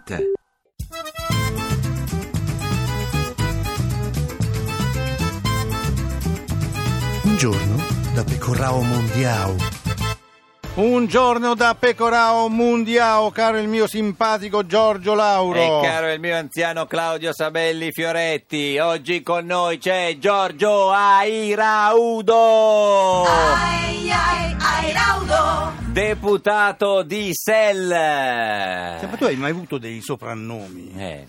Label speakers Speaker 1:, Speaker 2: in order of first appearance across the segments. Speaker 1: radio2pod.rai.it
Speaker 2: Un giorno da Pecorrao Mondiao.
Speaker 3: Un giorno da Pecorao Mundiao, caro il mio simpatico Giorgio
Speaker 4: E
Speaker 3: Lauro.
Speaker 4: caro il mio anziano Claudio Sabelli Fioretti, oggi con noi c'è Giorgio Airaudo,
Speaker 5: Ai, ai, ai, Raudo!
Speaker 4: deputato di SEL.
Speaker 3: Cioè, Ma tu hai mai avuto dei soprannomi?
Speaker 4: Eh,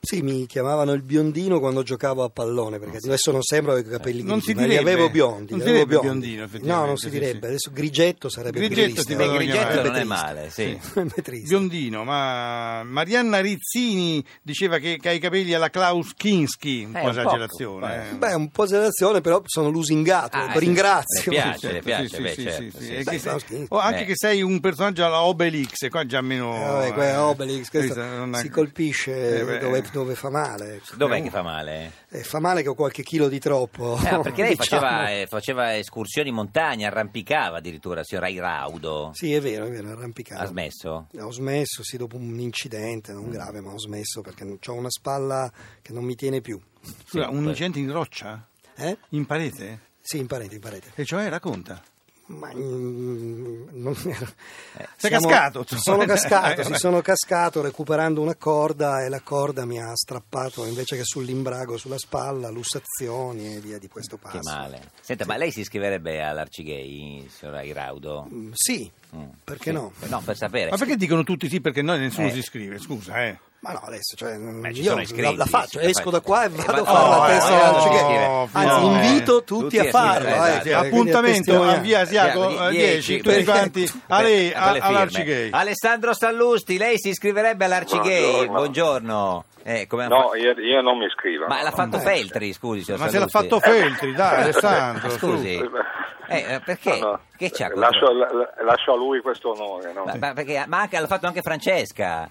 Speaker 2: Sì, mi chiamavano il biondino quando giocavo a pallone, perché adesso non sembra che i capelli
Speaker 3: Ah, Eh, Non
Speaker 2: grigi,
Speaker 3: si
Speaker 2: ma li
Speaker 3: direbbe.
Speaker 2: avevo biondi.
Speaker 3: Non
Speaker 2: li
Speaker 3: si
Speaker 2: avevo
Speaker 3: direbbe
Speaker 2: biondi.
Speaker 3: biondino,
Speaker 2: No,
Speaker 3: effettivamente,
Speaker 2: non si
Speaker 3: sì,
Speaker 2: direbbe.
Speaker 3: sì.
Speaker 2: Adesso grigetto sarebbe
Speaker 3: Grigetto
Speaker 2: triste.
Speaker 3: ti
Speaker 4: beh,
Speaker 3: vado a
Speaker 4: Grigetto
Speaker 3: chiamare,
Speaker 4: non è male, sì.
Speaker 2: triste.
Speaker 3: Biondino, ma Marianna Rizzini diceva che che ha i capelli alla Klaus Kinski, un
Speaker 4: Eh,
Speaker 3: po'
Speaker 4: un
Speaker 3: esagerazione. eh.
Speaker 2: Beh, un po' esagerazione, però sono lusingato.
Speaker 4: Ah, sì.
Speaker 2: Ringrazio.
Speaker 4: Le piace,
Speaker 3: Certo,
Speaker 4: le piace,
Speaker 3: sì,
Speaker 4: beh,
Speaker 3: sì,
Speaker 4: certo,
Speaker 3: sì, sì,
Speaker 4: sì,
Speaker 3: sì.
Speaker 4: sì.
Speaker 3: E
Speaker 2: Beh,
Speaker 3: che
Speaker 2: sono
Speaker 3: sei-
Speaker 2: scherzi.
Speaker 3: o anche
Speaker 4: Beh.
Speaker 3: che sei un personaggio alla Obelix, e qua è già meno...
Speaker 2: Eh, vabbè, que-
Speaker 3: eh,
Speaker 2: Obelix, questo
Speaker 3: questa non ha-
Speaker 2: si colpisce
Speaker 3: Eh, beh.
Speaker 2: dove, dove fa male.
Speaker 4: Dov'è che fa male?
Speaker 2: Eh, fa male che ho qualche chilo di troppo.
Speaker 4: Eh, no, perché lei
Speaker 2: diciamo.
Speaker 4: faceva, eh, faceva escursioni in montagna, arrampicava addirittura, signor Airaudo.
Speaker 2: Sì, ah. è vero, è vero, arrampicato.
Speaker 4: Ha smesso?
Speaker 2: Ho smesso, sì, dopo un incidente,
Speaker 4: Mm.
Speaker 2: non grave, ma ho smesso perché ho una spalla che non mi tiene più.
Speaker 3: Scusa,
Speaker 4: Sì,
Speaker 3: un
Speaker 4: poi-
Speaker 3: incidente in roccia?
Speaker 2: Eh?
Speaker 3: In parete?
Speaker 2: Sì, in parete, in parete.
Speaker 3: E cioè, racconta.
Speaker 2: Ma mm, non mi ero...
Speaker 4: Eh,
Speaker 3: Sei
Speaker 2: Siamo-
Speaker 3: cascato, tu.
Speaker 2: Sono cascato,
Speaker 3: Eh,
Speaker 2: sì,
Speaker 3: vabbè.
Speaker 2: sono cascato recuperando una corda e la corda mi ha strappato invece che sull'imbrago, sulla spalla, lussazioni e via di questo
Speaker 4: Che
Speaker 2: passo.
Speaker 4: male. Senta, ma lei si iscriverebbe all'Arcigay, signor Airaudo?
Speaker 2: Mm, Sì,
Speaker 4: Mm.
Speaker 2: perché no?
Speaker 4: No, per sapere.
Speaker 3: Ma perché dicono tutti sì? Perché noi nessuno
Speaker 4: Eh.
Speaker 3: si iscrive, scusa, eh.
Speaker 2: Ma no, adesso cioè,
Speaker 4: Beh, ci
Speaker 2: io
Speaker 4: sono iscritti,
Speaker 2: la, la faccio,
Speaker 4: sì, la
Speaker 2: esco
Speaker 4: fai.
Speaker 2: da qua e
Speaker 4: Eh,
Speaker 2: vado a
Speaker 4: ma-
Speaker 2: fare
Speaker 3: no,
Speaker 2: la testa
Speaker 3: no,
Speaker 2: alla Cighe.
Speaker 3: no,
Speaker 2: Anzi,
Speaker 3: no,
Speaker 2: invito
Speaker 4: eh.
Speaker 2: tutti
Speaker 4: Tutti
Speaker 2: a
Speaker 4: a scrivere,
Speaker 2: farlo. eh,
Speaker 4: esatto.
Speaker 2: sì,
Speaker 3: Appuntamento
Speaker 2: quindi a
Speaker 3: a via Asiago
Speaker 4: Siamo
Speaker 3: eh, 10, tutti
Speaker 4: per-
Speaker 3: quanti
Speaker 4: per-
Speaker 3: a lei,
Speaker 4: per le
Speaker 3: a-
Speaker 4: firme. Ah,
Speaker 3: all'Arcigay.
Speaker 4: Alessandro Stallusti, lei si iscriverebbe all'Arcigay.
Speaker 6: Buongiorno.
Speaker 4: Buongiorno. Eh, come ha
Speaker 6: No,
Speaker 4: fatto-
Speaker 6: io, io non mi iscrivo.
Speaker 4: Ma
Speaker 6: no,
Speaker 4: l'ha
Speaker 6: no.
Speaker 4: fatto Feltri, scusi. signor
Speaker 3: Ma se l'ha
Speaker 4: Sallusti.
Speaker 3: fatto Feltri, dai Alessandro.
Speaker 4: Ma scusi.
Speaker 3: su.
Speaker 4: Eh, perché?
Speaker 6: No, no.
Speaker 4: Che c'ha contro-
Speaker 6: lascio, la- la- lascio a lui questo onore. no?
Speaker 4: Ma, ma perché, ma anche, l'ha fatto anche Francesca.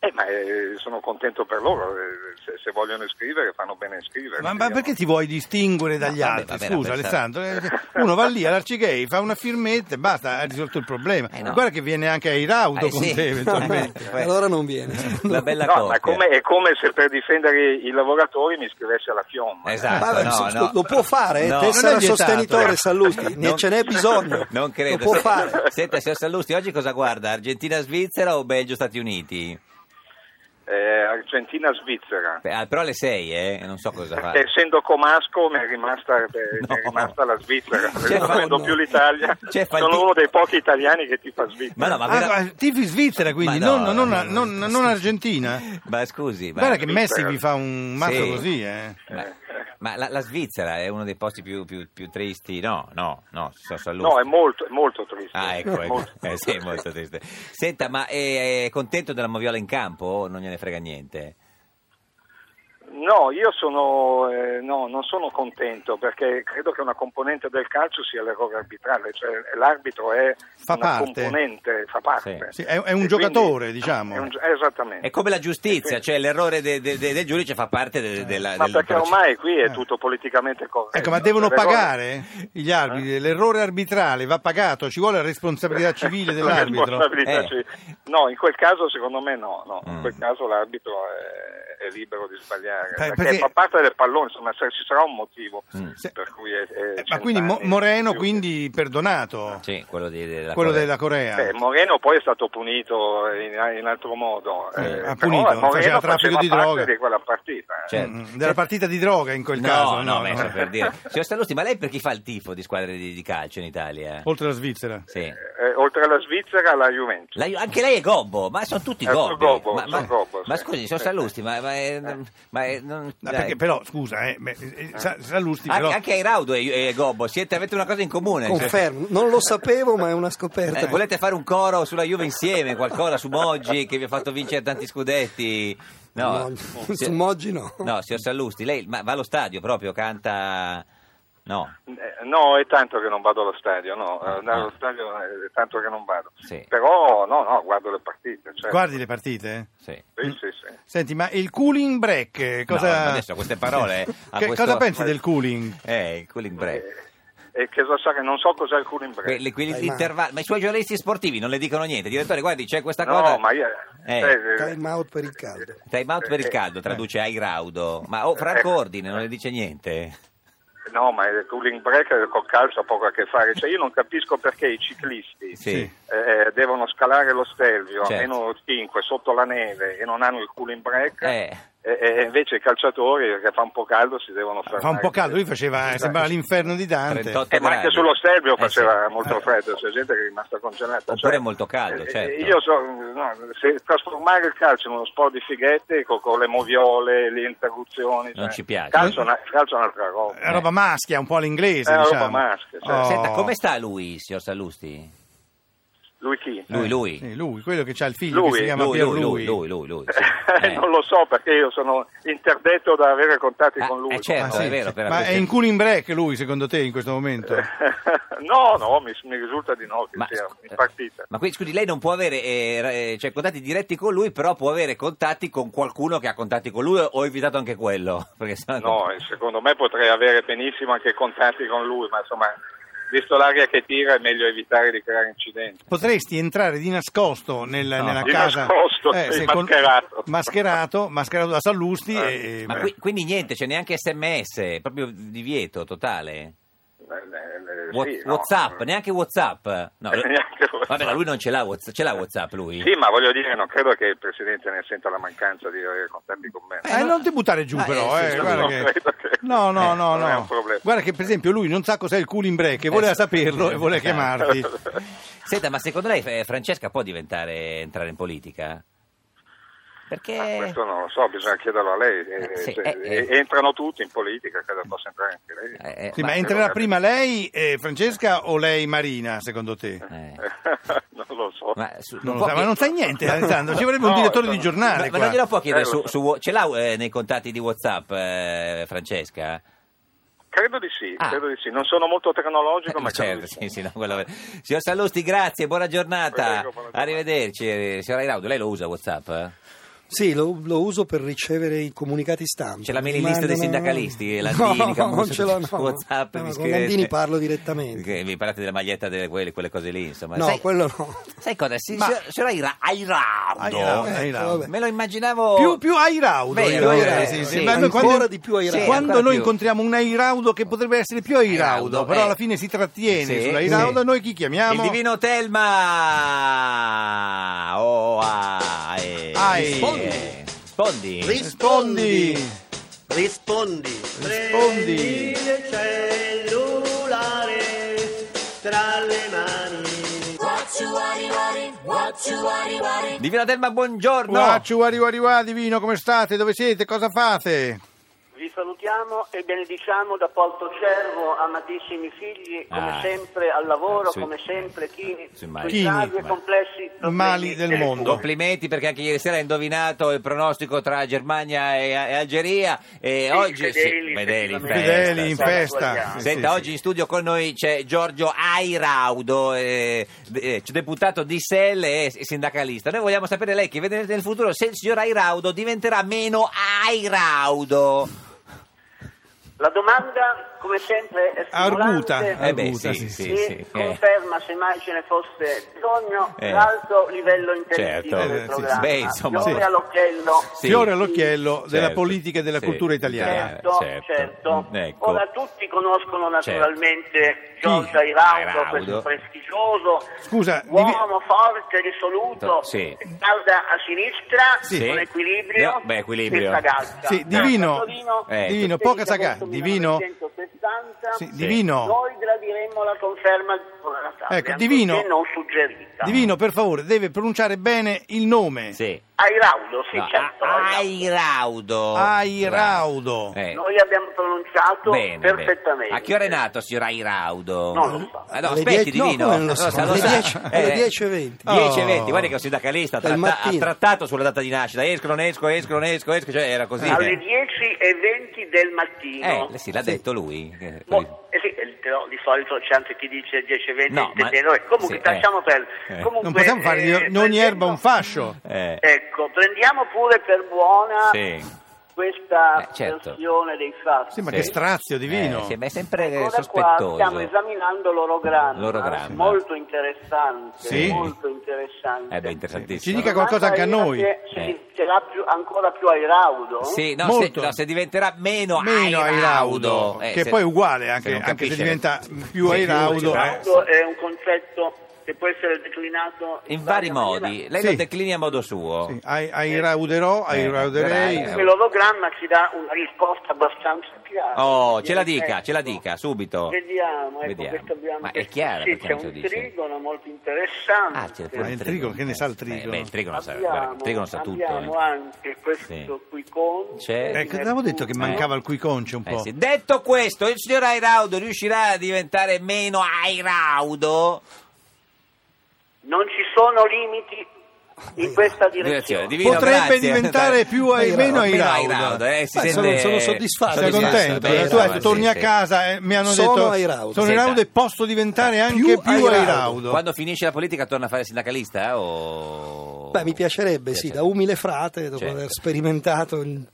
Speaker 6: Eh, ma eh, sono contento per loro. eh, Se, se vogliono iscrivere, fanno bene a diciamo. iscrivere.
Speaker 3: Ma, ma
Speaker 6: io-
Speaker 3: perché ti vuoi distinguere dagli
Speaker 4: No, vabbè,
Speaker 3: altri?
Speaker 4: vabbè,
Speaker 3: Scusa
Speaker 4: la pensa-
Speaker 3: Alessandro, eh, uno va lì all'Arcigay, fa una firmetta e basta, ha risolto il problema.
Speaker 4: Eh, no.
Speaker 3: Guarda che viene anche Airaudo
Speaker 4: Eh,
Speaker 3: con
Speaker 4: sì.
Speaker 3: te eventualmente.
Speaker 2: E allora non viene.
Speaker 4: La bella
Speaker 6: No, ma
Speaker 4: coppia.
Speaker 6: è come, è come se per difendere i lavoratori mi iscrivessi alla Fiomma.
Speaker 4: Esatto,
Speaker 2: Vabbè,
Speaker 4: no,
Speaker 2: so-
Speaker 4: no.
Speaker 2: Lo può fare, eh,
Speaker 4: No.
Speaker 3: Non
Speaker 2: tessera
Speaker 3: è vietato.
Speaker 2: sostenitore Sallusti, ne
Speaker 4: eh. Non-
Speaker 2: ce n'è bisogno.
Speaker 4: Non credo. Eh,
Speaker 2: Lo può
Speaker 4: Se-
Speaker 2: fare.
Speaker 4: Senta, signor Sallusti, oggi cosa guarda? Argentina-Svizzera o Belgio-Stati Uniti?
Speaker 6: Eh, Argentina-Svizzera.
Speaker 4: Beh, ah, però alle 6, eh? Non so cosa fa.
Speaker 6: Perché essendo comasco mi è rimasta, eh, mi è
Speaker 4: No. Cioè,
Speaker 6: rimasta la Svizzera.
Speaker 4: C'è
Speaker 6: non vedo
Speaker 4: Faldi-
Speaker 6: più l'Italia.
Speaker 4: C'è Faldi-
Speaker 6: Sono uno dei pochi italiani che ti fa Svizzera.
Speaker 4: Ma no, ma,
Speaker 3: Ah,
Speaker 4: vera-
Speaker 3: ah, tifi Svizzera quindi,
Speaker 4: Ma no,
Speaker 3: non, non-
Speaker 4: no,
Speaker 3: non- non Argentina.
Speaker 4: ma scusi, ma,
Speaker 3: Guarda che Messi
Speaker 6: Svizzera.
Speaker 3: vi fa un mazzo
Speaker 4: Sì.
Speaker 3: così, eh.
Speaker 4: ma- ma la, la Svizzera è uno dei posti più, più- più tristi? No, no, no, sono Sallusti.
Speaker 6: No, è molto, è molto triste.
Speaker 4: Ah, ecco, ecco.
Speaker 6: Molto-
Speaker 4: Eh, sì, è molto triste. Senta, ma è, è contento della moviola in campo o non gliene frega niente?
Speaker 6: No, io sono, eh, no, non sono contento perché credo che una componente del calcio sia l'errore arbitrale, cioè l'arbitro è
Speaker 3: Fa
Speaker 6: una
Speaker 3: parte.
Speaker 6: componente, fa parte.
Speaker 3: Sì, è- è un
Speaker 6: E
Speaker 3: giocatore, diciamo.
Speaker 6: è un gi- eh, esattamente.
Speaker 4: È come la giustizia,
Speaker 6: E quindi-
Speaker 4: cioè l'errore de- de- de- del giudice fa parte de- della...
Speaker 6: Ma
Speaker 4: del
Speaker 6: perché
Speaker 4: processo.
Speaker 6: ormai qui
Speaker 3: Eh.
Speaker 6: è tutto politicamente eh, corretto.
Speaker 3: Ecco, ma devono
Speaker 6: L'errore-
Speaker 3: pagare gli arbitri, l'errore arbitrale va pagato, ci vuole la responsabilità civile dell'arbitro.
Speaker 6: Responsabilità
Speaker 4: Eh.
Speaker 6: civile. No, in quel caso secondo me no, no. in
Speaker 4: Mm.
Speaker 6: quel caso l'arbitro è, è libero di sbagliare,
Speaker 3: Per-
Speaker 6: perché,
Speaker 3: perché-
Speaker 6: fa parte del pallone, insomma se- ci sarà un motivo
Speaker 4: Mm.
Speaker 3: Se-
Speaker 6: per cui è... è
Speaker 3: Eh, Ma
Speaker 6: cent'anni
Speaker 3: quindi Mo- Moreno,
Speaker 6: più che-
Speaker 3: quindi perdonato,
Speaker 4: Ah, Sì, quello di- della
Speaker 3: quello
Speaker 4: Corea.
Speaker 3: della Corea.
Speaker 6: Beh, Eh, Moreno poi è stato punito in, in altro modo,
Speaker 4: Sì,
Speaker 6: eh,
Speaker 3: ha
Speaker 6: però
Speaker 3: punito,
Speaker 6: Moreno
Speaker 3: faceva traffico
Speaker 6: faceva
Speaker 3: di
Speaker 6: parte
Speaker 3: droga.
Speaker 6: di quella partita. eh.
Speaker 4: Certo.
Speaker 3: Mm, Della partita di droga in quel
Speaker 4: no,
Speaker 3: caso,
Speaker 4: no, beh, so per dire. Signor Sallusti, ma lei per chi fa il tifo di squadre di, di calcio in Italia?
Speaker 3: Oltre alla Svizzera.
Speaker 4: Sì.
Speaker 6: Eh, oltre alla Svizzera la Juventus.
Speaker 4: La- anche lei è gobbo, ma sono tutti
Speaker 6: Eh, sono
Speaker 4: gobbi.
Speaker 6: gobbo,
Speaker 4: ma, ma,
Speaker 6: sono gobbo,
Speaker 4: ma
Speaker 6: sì. Eh.
Speaker 4: scusi, signor Sallusti, ma, ma, è- ma è- non-
Speaker 3: Ma
Speaker 4: dai.
Speaker 3: perché però, scusa, eh, beh, eh, Sa- Sallusti
Speaker 4: anche,
Speaker 3: però...
Speaker 4: anche Airaudo è, è gobbo, siete, avete una cosa in comune. cioè-
Speaker 2: Confermo, non lo sapevo, ma è una scoperta.
Speaker 4: Eh, volete fare un coro sulla Juve insieme, qualcosa su Moggi che vi ha fatto vincere tanti scudetti? No,
Speaker 2: No,
Speaker 4: Si-
Speaker 2: su Moggi no.
Speaker 4: No, signor Sallusti, lei ma va allo stadio proprio, canta... No,
Speaker 6: Eh, No, è tanto che non vado allo stadio, no,
Speaker 4: Ah,
Speaker 6: andare
Speaker 4: ah.
Speaker 6: allo stadio è tanto che non vado.
Speaker 4: Sì.
Speaker 6: Però no, no, guardo le partite. certo.
Speaker 3: Guardi le partite? eh.
Speaker 4: sì.
Speaker 6: Sì, sì, sì.
Speaker 3: Senti, ma il cooling break, eh, cosa...
Speaker 4: No, adesso queste parole, eh, a
Speaker 3: Che-
Speaker 4: questo-
Speaker 3: Cosa pensi del cooling?
Speaker 4: Eh, il cooling break.
Speaker 6: e che cosa sa che non so cos'è il culo in breve.
Speaker 4: Quelli, quelli di
Speaker 2: Time out.
Speaker 4: intervallo, ma i suoi giornalisti sportivi non le dicono niente. Direttore, guardi, c'è questa
Speaker 6: no,
Speaker 4: cosa.
Speaker 6: ma io...
Speaker 4: Eh,
Speaker 6: eh,
Speaker 2: Time out per il caldo.
Speaker 4: Time out per il caldo, traduce ai raudo. Ma oh,
Speaker 6: Eh.
Speaker 4: Franco Ordine non le dice niente.
Speaker 6: No, ma il cooling break col calcio ha poco a che fare. Cioè, io non capisco perché i ciclisti
Speaker 4: Sì.
Speaker 6: eh, devono scalare lo Stelvio
Speaker 4: Certo.
Speaker 6: a meno 5 sotto la neve e non hanno il cooling break.
Speaker 4: Eh.
Speaker 6: E, e invece i calciatori che fa un po' caldo si devono fermare. Esatto.
Speaker 3: Fa un po' caldo, lui faceva, eh, sembrava l'inferno di Dante.
Speaker 4: 38
Speaker 6: Eh, ma anche
Speaker 4: gradi.
Speaker 6: sullo Stelvio
Speaker 4: Eh,
Speaker 6: faceva
Speaker 4: sì.
Speaker 6: molto freddo, c'è gente che è rimasta congelata.
Speaker 4: Oppure
Speaker 6: Cioè,
Speaker 4: molto caldo,
Speaker 6: eh,
Speaker 4: certo.
Speaker 6: Io so, no, se trasformare il calcio in uno sport di fighette co- con, le moviole, le interruzioni.
Speaker 4: Non
Speaker 6: cioè,
Speaker 4: ci piace. Eh.
Speaker 6: Il calcio, è una- il calcio è un'altra roba.
Speaker 3: È roba maschia, un po' all'inglese.
Speaker 6: Eh. È roba
Speaker 3: diciamo.
Speaker 6: maschia, certo.
Speaker 4: Senta, come sta lui, signor Sallusti?
Speaker 6: Lui chi?
Speaker 4: Lui, lui.
Speaker 3: Eh, Sì, lui, quello che ha il figlio che
Speaker 6: Lui,
Speaker 3: si chiama
Speaker 4: lui, lui,
Speaker 3: Pierlui.
Speaker 4: lui, lui, lui, lui, sì. Eh.
Speaker 6: non lo so perché io sono interdetto da avere contatti
Speaker 4: Ah,
Speaker 6: con lui.
Speaker 4: eh, certo.
Speaker 3: Ma, sì,
Speaker 4: è vero, per
Speaker 3: ma
Speaker 4: la-
Speaker 3: è in cooling break lui, secondo te, in questo momento?
Speaker 6: Eh. no, no, mi, mi risulta di no che sia
Speaker 4: scu-
Speaker 6: in partita.
Speaker 4: ma quindi scusi, lei non può avere eh, ra- eh, cioè, contatti diretti con lui, però può avere contatti con qualcuno che ha contatti con lui o ha invitato anche quello? Perché sennò-
Speaker 6: No, eh, secondo me potrei avere benissimo anche contatti con lui, ma insomma, visto l'aria che tira è meglio evitare di creare incidenti.
Speaker 3: Potresti entrare di nascosto nel-
Speaker 4: No.
Speaker 3: nella
Speaker 6: Di
Speaker 3: casa. Eh,
Speaker 6: nascosto, sì, mascherato.
Speaker 3: mascherato. mascherato da Sallusti.
Speaker 6: Eh.
Speaker 3: e-
Speaker 4: Ma qui- quindi niente, c'è neanche sms, proprio divieto totale.
Speaker 6: Eh, eh, eh,
Speaker 4: What-
Speaker 6: sì, no.
Speaker 4: Whatsapp, neanche Whatsapp. No,
Speaker 6: Eh, neanche WhatsApp.
Speaker 4: Vabbè, ma lui non ce l'ha, Whats- ce l'ha Whatsapp lui.
Speaker 6: Sì, ma voglio dire, non credo che il Presidente ne senta la mancanza di avere contatti con me.
Speaker 3: Eh, non ti buttare giù,
Speaker 4: Ah,
Speaker 3: però.
Speaker 4: eh,
Speaker 3: eh,
Speaker 4: sì,
Speaker 3: guarda
Speaker 6: no,
Speaker 3: che-
Speaker 6: credo che-
Speaker 3: No, no,
Speaker 4: eh,
Speaker 3: no,
Speaker 6: non è un
Speaker 3: no.
Speaker 6: problema.
Speaker 3: Guarda che, per esempio, lui non sa cos'è il cooling break e voleva
Speaker 4: sì.
Speaker 3: saperlo e voleva
Speaker 4: Eh,
Speaker 3: chiamarti.
Speaker 4: Senta, ma secondo lei eh, Francesca può diventare entrare in politica? Perché
Speaker 6: Ma Ah, questo non lo so, bisogna chiederlo a lei.
Speaker 4: Eh,
Speaker 6: Eh,
Speaker 4: sì,
Speaker 6: se-
Speaker 4: eh, eh.
Speaker 6: Entrano tutti in politica, credo possa entrare anche lei.
Speaker 4: Eh, eh,
Speaker 3: Sì, ma,
Speaker 4: ma-
Speaker 3: entrerà prima lei, eh, Francesca, o lei, Marina, secondo te?
Speaker 4: eh,
Speaker 6: non lo so.
Speaker 4: ma su-
Speaker 3: Non, lo
Speaker 4: può
Speaker 3: sa, ma
Speaker 4: chi-
Speaker 3: non sai niente, Alessandro. Ci vorrebbe un
Speaker 6: No,
Speaker 3: direttore di
Speaker 6: sono-
Speaker 4: Ma,
Speaker 3: giornale.
Speaker 4: ma
Speaker 3: qua.
Speaker 4: non glielo può chiedere
Speaker 6: Eh, lo
Speaker 4: su,
Speaker 6: so.
Speaker 4: su- ce l'ha eh, nei contatti di WhatsApp, eh, Francesca?
Speaker 6: Credo di sì,
Speaker 4: Ah.
Speaker 6: credo di sì. Non sono molto tecnologico,
Speaker 4: Eh,
Speaker 6: ma
Speaker 4: ma
Speaker 6: credo
Speaker 4: certo,
Speaker 6: di
Speaker 4: sì, sì, no, quello- Signor Sallusti, grazie, buona giornata.
Speaker 6: Prego, buona giornata.
Speaker 4: Arrivederci, signora Iraudo. Lei lo usa WhatsApp? eh?
Speaker 2: Sì, lo, lo uso per ricevere i comunicati stampa.
Speaker 4: C'è la
Speaker 2: Mi
Speaker 4: mailing list dei
Speaker 2: mandano-
Speaker 4: sindacalisti,
Speaker 2: no,
Speaker 4: Landini,
Speaker 2: non
Speaker 4: Camusso,
Speaker 2: ce l'ho,
Speaker 4: su
Speaker 2: no.
Speaker 4: WhatsApp.
Speaker 2: No,
Speaker 4: mi
Speaker 2: con
Speaker 4: scrivete.
Speaker 2: Landini parlo direttamente.
Speaker 4: Che Mi parlate della maglietta, delle quelle, quelle cose lì, insomma.
Speaker 2: No,
Speaker 4: sai,
Speaker 2: quello no.
Speaker 4: sai cosa? Si,
Speaker 3: Ma-
Speaker 4: signor- signora Ira- Airaudo,
Speaker 3: Airaudo, Eh, Airaudo.
Speaker 2: vabbè.
Speaker 4: me lo immaginavo...
Speaker 3: Più, più airaudo.
Speaker 4: Vero,
Speaker 3: io direi,
Speaker 4: vero,
Speaker 3: sì,
Speaker 4: sì,
Speaker 3: sì. Ma noi
Speaker 2: ancora
Speaker 3: quando-
Speaker 2: di più airaudo.
Speaker 4: Sì,
Speaker 3: Quando
Speaker 4: ancora
Speaker 3: noi
Speaker 4: più.
Speaker 3: incontriamo un airaudo che potrebbe essere più airaudo,
Speaker 4: Airaudo,
Speaker 3: però
Speaker 4: eh.
Speaker 3: alla fine si trattiene
Speaker 4: Sì,
Speaker 3: sulla airaudo,
Speaker 4: sì.
Speaker 3: noi chi chiamiamo?
Speaker 4: Il divino Telma! Oh, ah, eh.
Speaker 3: Ai.
Speaker 4: Rispondi! Rispondi!
Speaker 3: Rispondi.
Speaker 1: Rispondi.
Speaker 3: Rispondi.
Speaker 1: Prendi il cellulare tra le mani.
Speaker 4: Divino Telma, buongiorno!
Speaker 3: Guaccio, guari, guari, guari, ah, divino, come state? Dove siete? Cosa fate?
Speaker 1: Vi salutiamo e benediciamo da Poltocervo, amatissimi figli, come
Speaker 4: Ah.
Speaker 1: sempre al lavoro,
Speaker 4: Eh, sui-
Speaker 1: come sempre chini,
Speaker 4: sui
Speaker 1: sui
Speaker 4: mali.
Speaker 1: gravi e
Speaker 4: Chini.
Speaker 1: complessi problemi
Speaker 3: Mali del
Speaker 1: delle
Speaker 3: mondo.
Speaker 1: cure.
Speaker 4: Complimenti perché anche ieri sera hai indovinato il pronostico tra Germania e, e Algeria e oggi
Speaker 1: fedeli,
Speaker 4: sì, fedeli in
Speaker 1: effettivamente.
Speaker 4: festa.
Speaker 3: Fedeli in
Speaker 4: sì.
Speaker 3: festa.
Speaker 1: Eh, Sì,
Speaker 4: Senta, oggi in studio con noi c'è Giorgio Airaudo, eh, de- eh, deputato di SEL e s- sindacalista. Noi vogliamo sapere lei che vede nel futuro se il signor Airaudo diventerà meno Airaudo.
Speaker 1: La domanda, come sempre, è
Speaker 3: Arguta.
Speaker 1: stimolante
Speaker 4: Eh beh,
Speaker 3: Arguta,
Speaker 4: sì,
Speaker 3: sì,
Speaker 4: sì,
Speaker 1: e
Speaker 4: sì, eh.
Speaker 1: conferma, se mai ce ne fosse bisogno,
Speaker 4: Eh.
Speaker 1: l'alto livello intellettivo
Speaker 4: Certo.
Speaker 1: del
Speaker 4: Eh, sì,
Speaker 1: programma.
Speaker 4: beh, insomma,
Speaker 1: Fiore
Speaker 4: sì.
Speaker 1: all'occhiello.
Speaker 4: Sì.
Speaker 3: Fiore all'occhiello della
Speaker 4: Certo,
Speaker 3: politica e della
Speaker 4: sì,
Speaker 3: cultura italiana.
Speaker 1: Certo,
Speaker 4: certo.
Speaker 1: certo.
Speaker 4: Mm, ecco.
Speaker 1: Ora tutti conoscono naturalmente
Speaker 4: Chi?
Speaker 1: Giorgio Airaudo,
Speaker 4: Airaudo.
Speaker 1: questo prestigioso
Speaker 3: Scusa,
Speaker 1: uomo forte, risoluto,
Speaker 4: Sì.
Speaker 1: che calda a sinistra,
Speaker 4: Sì.
Speaker 1: con equilibrio,
Speaker 4: No, beh, equilibrio.
Speaker 1: senza Ah, gazza.
Speaker 3: Sì, divino,
Speaker 1: Torino,
Speaker 4: Eh.
Speaker 3: divino,
Speaker 1: 16
Speaker 3: poca
Speaker 1: agosto
Speaker 3: sagacità, divino,
Speaker 1: 1960,
Speaker 3: sì, divino,
Speaker 1: Noi gradiremmo la conferma di Nicola Natale,
Speaker 3: Ecco, divino-
Speaker 1: ancorché non suggerita.
Speaker 3: divino, per favore, deve pronunciare bene il nome.
Speaker 4: Sì.
Speaker 1: Airaudo, sì,
Speaker 4: No,
Speaker 1: certo.
Speaker 4: a-
Speaker 1: Airaudo.
Speaker 4: Airaudo.
Speaker 3: Airaudo.
Speaker 4: Eh,
Speaker 1: Noi abbiamo pronunciato
Speaker 4: bene, bene.
Speaker 1: perfettamente.
Speaker 4: A che ora è nato, signor Airaudo?
Speaker 1: Non lo so.
Speaker 4: Ah, no,
Speaker 2: Alle
Speaker 4: aspetti,
Speaker 2: die- no,
Speaker 4: divino.
Speaker 2: come non lo so?
Speaker 4: sa,
Speaker 2: Alle
Speaker 4: sa.
Speaker 2: 10 alle
Speaker 4: Eh,
Speaker 2: 10:20.
Speaker 4: 10 e 20,
Speaker 3: Oh.
Speaker 4: guarda che è un sindacalista ha,
Speaker 2: Del
Speaker 4: tratta- ha
Speaker 2: mattino.
Speaker 4: trattato sulla data di nascita, esco, non esco, esco, non esco, esco, cioè era così.
Speaker 1: alle
Speaker 4: eh.
Speaker 1: 10 e 20 del mattino.
Speaker 4: Eh, sì, l'ha detto lui. che-
Speaker 1: Mo- eh sì, eh, però di solito c'è anche chi dice 10 e 20
Speaker 4: No, ma-
Speaker 1: comunque
Speaker 4: sì, eh.
Speaker 1: lasciamo perdere.
Speaker 4: Eh.
Speaker 1: Comunque,
Speaker 3: Non possiamo fare di
Speaker 1: eh,
Speaker 3: ogni
Speaker 1: prendendo-
Speaker 3: erba un fascio.
Speaker 4: Eh,
Speaker 1: Ecco, prendiamo pure per buona
Speaker 4: sì.
Speaker 1: questa
Speaker 4: Beh, certo.
Speaker 1: versione dei fatti.
Speaker 3: Sì, ma
Speaker 4: Sì.
Speaker 3: che strazio di vino.
Speaker 4: Eh, sì, ma è sempre eh,
Speaker 1: Ancora qua
Speaker 4: sospettoso.
Speaker 1: stiamo esaminando l'orogramma,
Speaker 4: L'orogramma.
Speaker 1: molto interessante,
Speaker 3: Sì.
Speaker 1: molto interessante.
Speaker 4: Eh, beh,
Speaker 3: Ci
Speaker 4: interessantissimo.
Speaker 3: dica qualcosa anche a noi.
Speaker 1: Che si
Speaker 4: Eh.
Speaker 1: diventerà più- ancora più airaudo?
Speaker 4: Sì, no, se,
Speaker 3: Molto.
Speaker 4: no, se diventerà meno,
Speaker 3: Meno airaudo,
Speaker 4: eh,
Speaker 3: che
Speaker 4: se-
Speaker 3: poi è uguale anche-
Speaker 4: non
Speaker 3: anche se
Speaker 4: capisce-
Speaker 3: diventa più
Speaker 4: Sì,
Speaker 3: airaudo,
Speaker 4: sì,
Speaker 3: eh.
Speaker 1: Questo è un concetto che può essere declinato in,
Speaker 4: In vari
Speaker 1: varie maniere.
Speaker 4: modi, lei
Speaker 3: Sì.
Speaker 4: lo declini a modo suo.
Speaker 3: Sì, ai, ai rauderò, ai
Speaker 4: Eh,
Speaker 3: rauderei.
Speaker 4: dai, eh.
Speaker 1: L'orogramma ci dà una risposta abbastanza chiara.
Speaker 4: Oh, ce la dica,
Speaker 1: Ecco.
Speaker 4: ce la dica, subito.
Speaker 1: Vediamo, ecco,
Speaker 4: Vediamo.
Speaker 1: questo abbiamo
Speaker 4: Ma è
Speaker 1: questo-
Speaker 4: chiara
Speaker 1: sì,
Speaker 4: perché
Speaker 1: c'è
Speaker 4: non ce
Speaker 1: un
Speaker 4: lo dice.
Speaker 1: trigono molto interessante.
Speaker 4: Ah, c'è
Speaker 3: Ma
Speaker 4: pure
Speaker 3: il trigono, che ne sa il trigono?
Speaker 4: Eh, beh, il trigono, sa,
Speaker 1: Abbiamo-
Speaker 4: guarda, il trigono sa tutto.
Speaker 1: Abbiamo
Speaker 4: eh.
Speaker 1: anche questo
Speaker 4: Sì.
Speaker 1: qui con...
Speaker 4: C'è-
Speaker 3: Eh, che- avevo detto che mancava il cui conce un
Speaker 4: Eh,
Speaker 3: po'.
Speaker 4: sì. Detto questo, il signor Airaudo riuscirà a diventare meno Airaudo?
Speaker 1: Non ci sono limiti in questa direzione.
Speaker 4: Direzione, divino,
Speaker 3: Potrebbe
Speaker 4: grazie.
Speaker 3: diventare più ai-
Speaker 4: Airaudo,
Speaker 3: meno Airaudo.
Speaker 4: eh, si
Speaker 2: Beh, sono-
Speaker 4: sente-
Speaker 2: sono soddisfatto.
Speaker 3: Sei
Speaker 2: Soddisfatto,
Speaker 3: contento?
Speaker 2: bene,
Speaker 3: tu hai detto,
Speaker 2: sì,
Speaker 3: torni
Speaker 4: sì.
Speaker 3: a casa e mi hanno
Speaker 2: Sono
Speaker 3: detto
Speaker 2: airaudo.
Speaker 3: sono
Speaker 4: Senta.
Speaker 3: airaudo e posso
Speaker 4: Eh,
Speaker 3: diventare anche più, airaudo.
Speaker 4: Quando finisce la politica torna a fare sindacalista? eh, O...
Speaker 2: Beh, mi piacerebbe, sì, da umile frate, dopo
Speaker 4: Certo.
Speaker 2: aver sperimentato il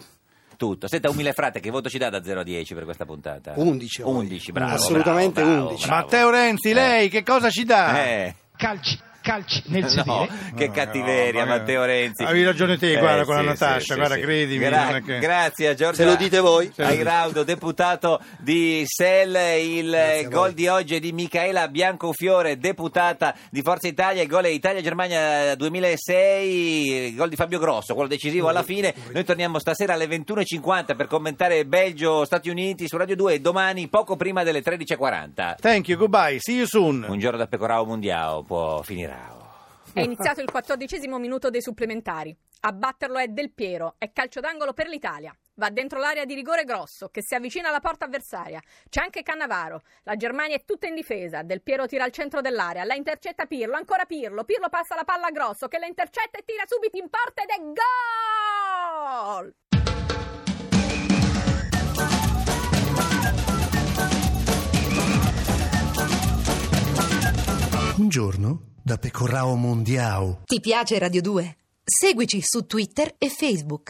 Speaker 4: Tutto. Senta, umile frate, che voto ci dà da 0 a 10 per questa puntata?
Speaker 2: 11 poi.
Speaker 4: 11, bravo.
Speaker 2: Assolutamente
Speaker 4: bravo, bravo,
Speaker 2: 11.
Speaker 4: bravo.
Speaker 3: Matteo Renzi, lei che cosa ci dà?
Speaker 4: Eh.
Speaker 7: calci, calci nel
Speaker 4: No,
Speaker 7: sedere.
Speaker 4: che
Speaker 3: No,
Speaker 4: cattiveria,
Speaker 3: no, ma-
Speaker 4: Matteo Renzi. Eh,
Speaker 3: Avevi ragione te, guarda, con la
Speaker 4: sì,
Speaker 3: Natascia,
Speaker 4: sì, sì,
Speaker 3: guarda,
Speaker 4: sì.
Speaker 3: credimi,
Speaker 4: Gra-
Speaker 3: non è che-
Speaker 4: Grazie a Giorgio.
Speaker 2: Se lo dite voi.
Speaker 4: Airaudo, deputato di Sel, il eh, gol di oggi è di Michaela Biancofiore, deputata di Forza Italia, il gol è Italia-Germania 2006, il gol di Fabio Grosso, quello decisivo alla fine. Noi torniamo stasera alle 21.50 per commentare Belgio-Stati Uniti su Radio 2 e domani poco prima delle 13.40.
Speaker 3: Thank you, goodbye, see you soon.
Speaker 4: Un giorno da Pecorao Mondiao può finirao.
Speaker 8: È iniziato il quattordicesimo minuto dei supplementari. A batterlo è Del Piero, è calcio d'angolo per l'Italia. Va dentro l'area di rigore grosso, che si avvicina alla porta avversaria. C'è anche Cannavaro. La Germania è tutta in difesa. Del Piero tira al centro dell'area, la intercetta Pirlo, ancora Pirlo. Pirlo passa la palla a grosso, che la intercetta e tira subito in porta ed è gol!
Speaker 9: Un giorno da Pecorrao Mondiao.
Speaker 5: Ti piace Radio 2? Seguici su Twitter e Facebook.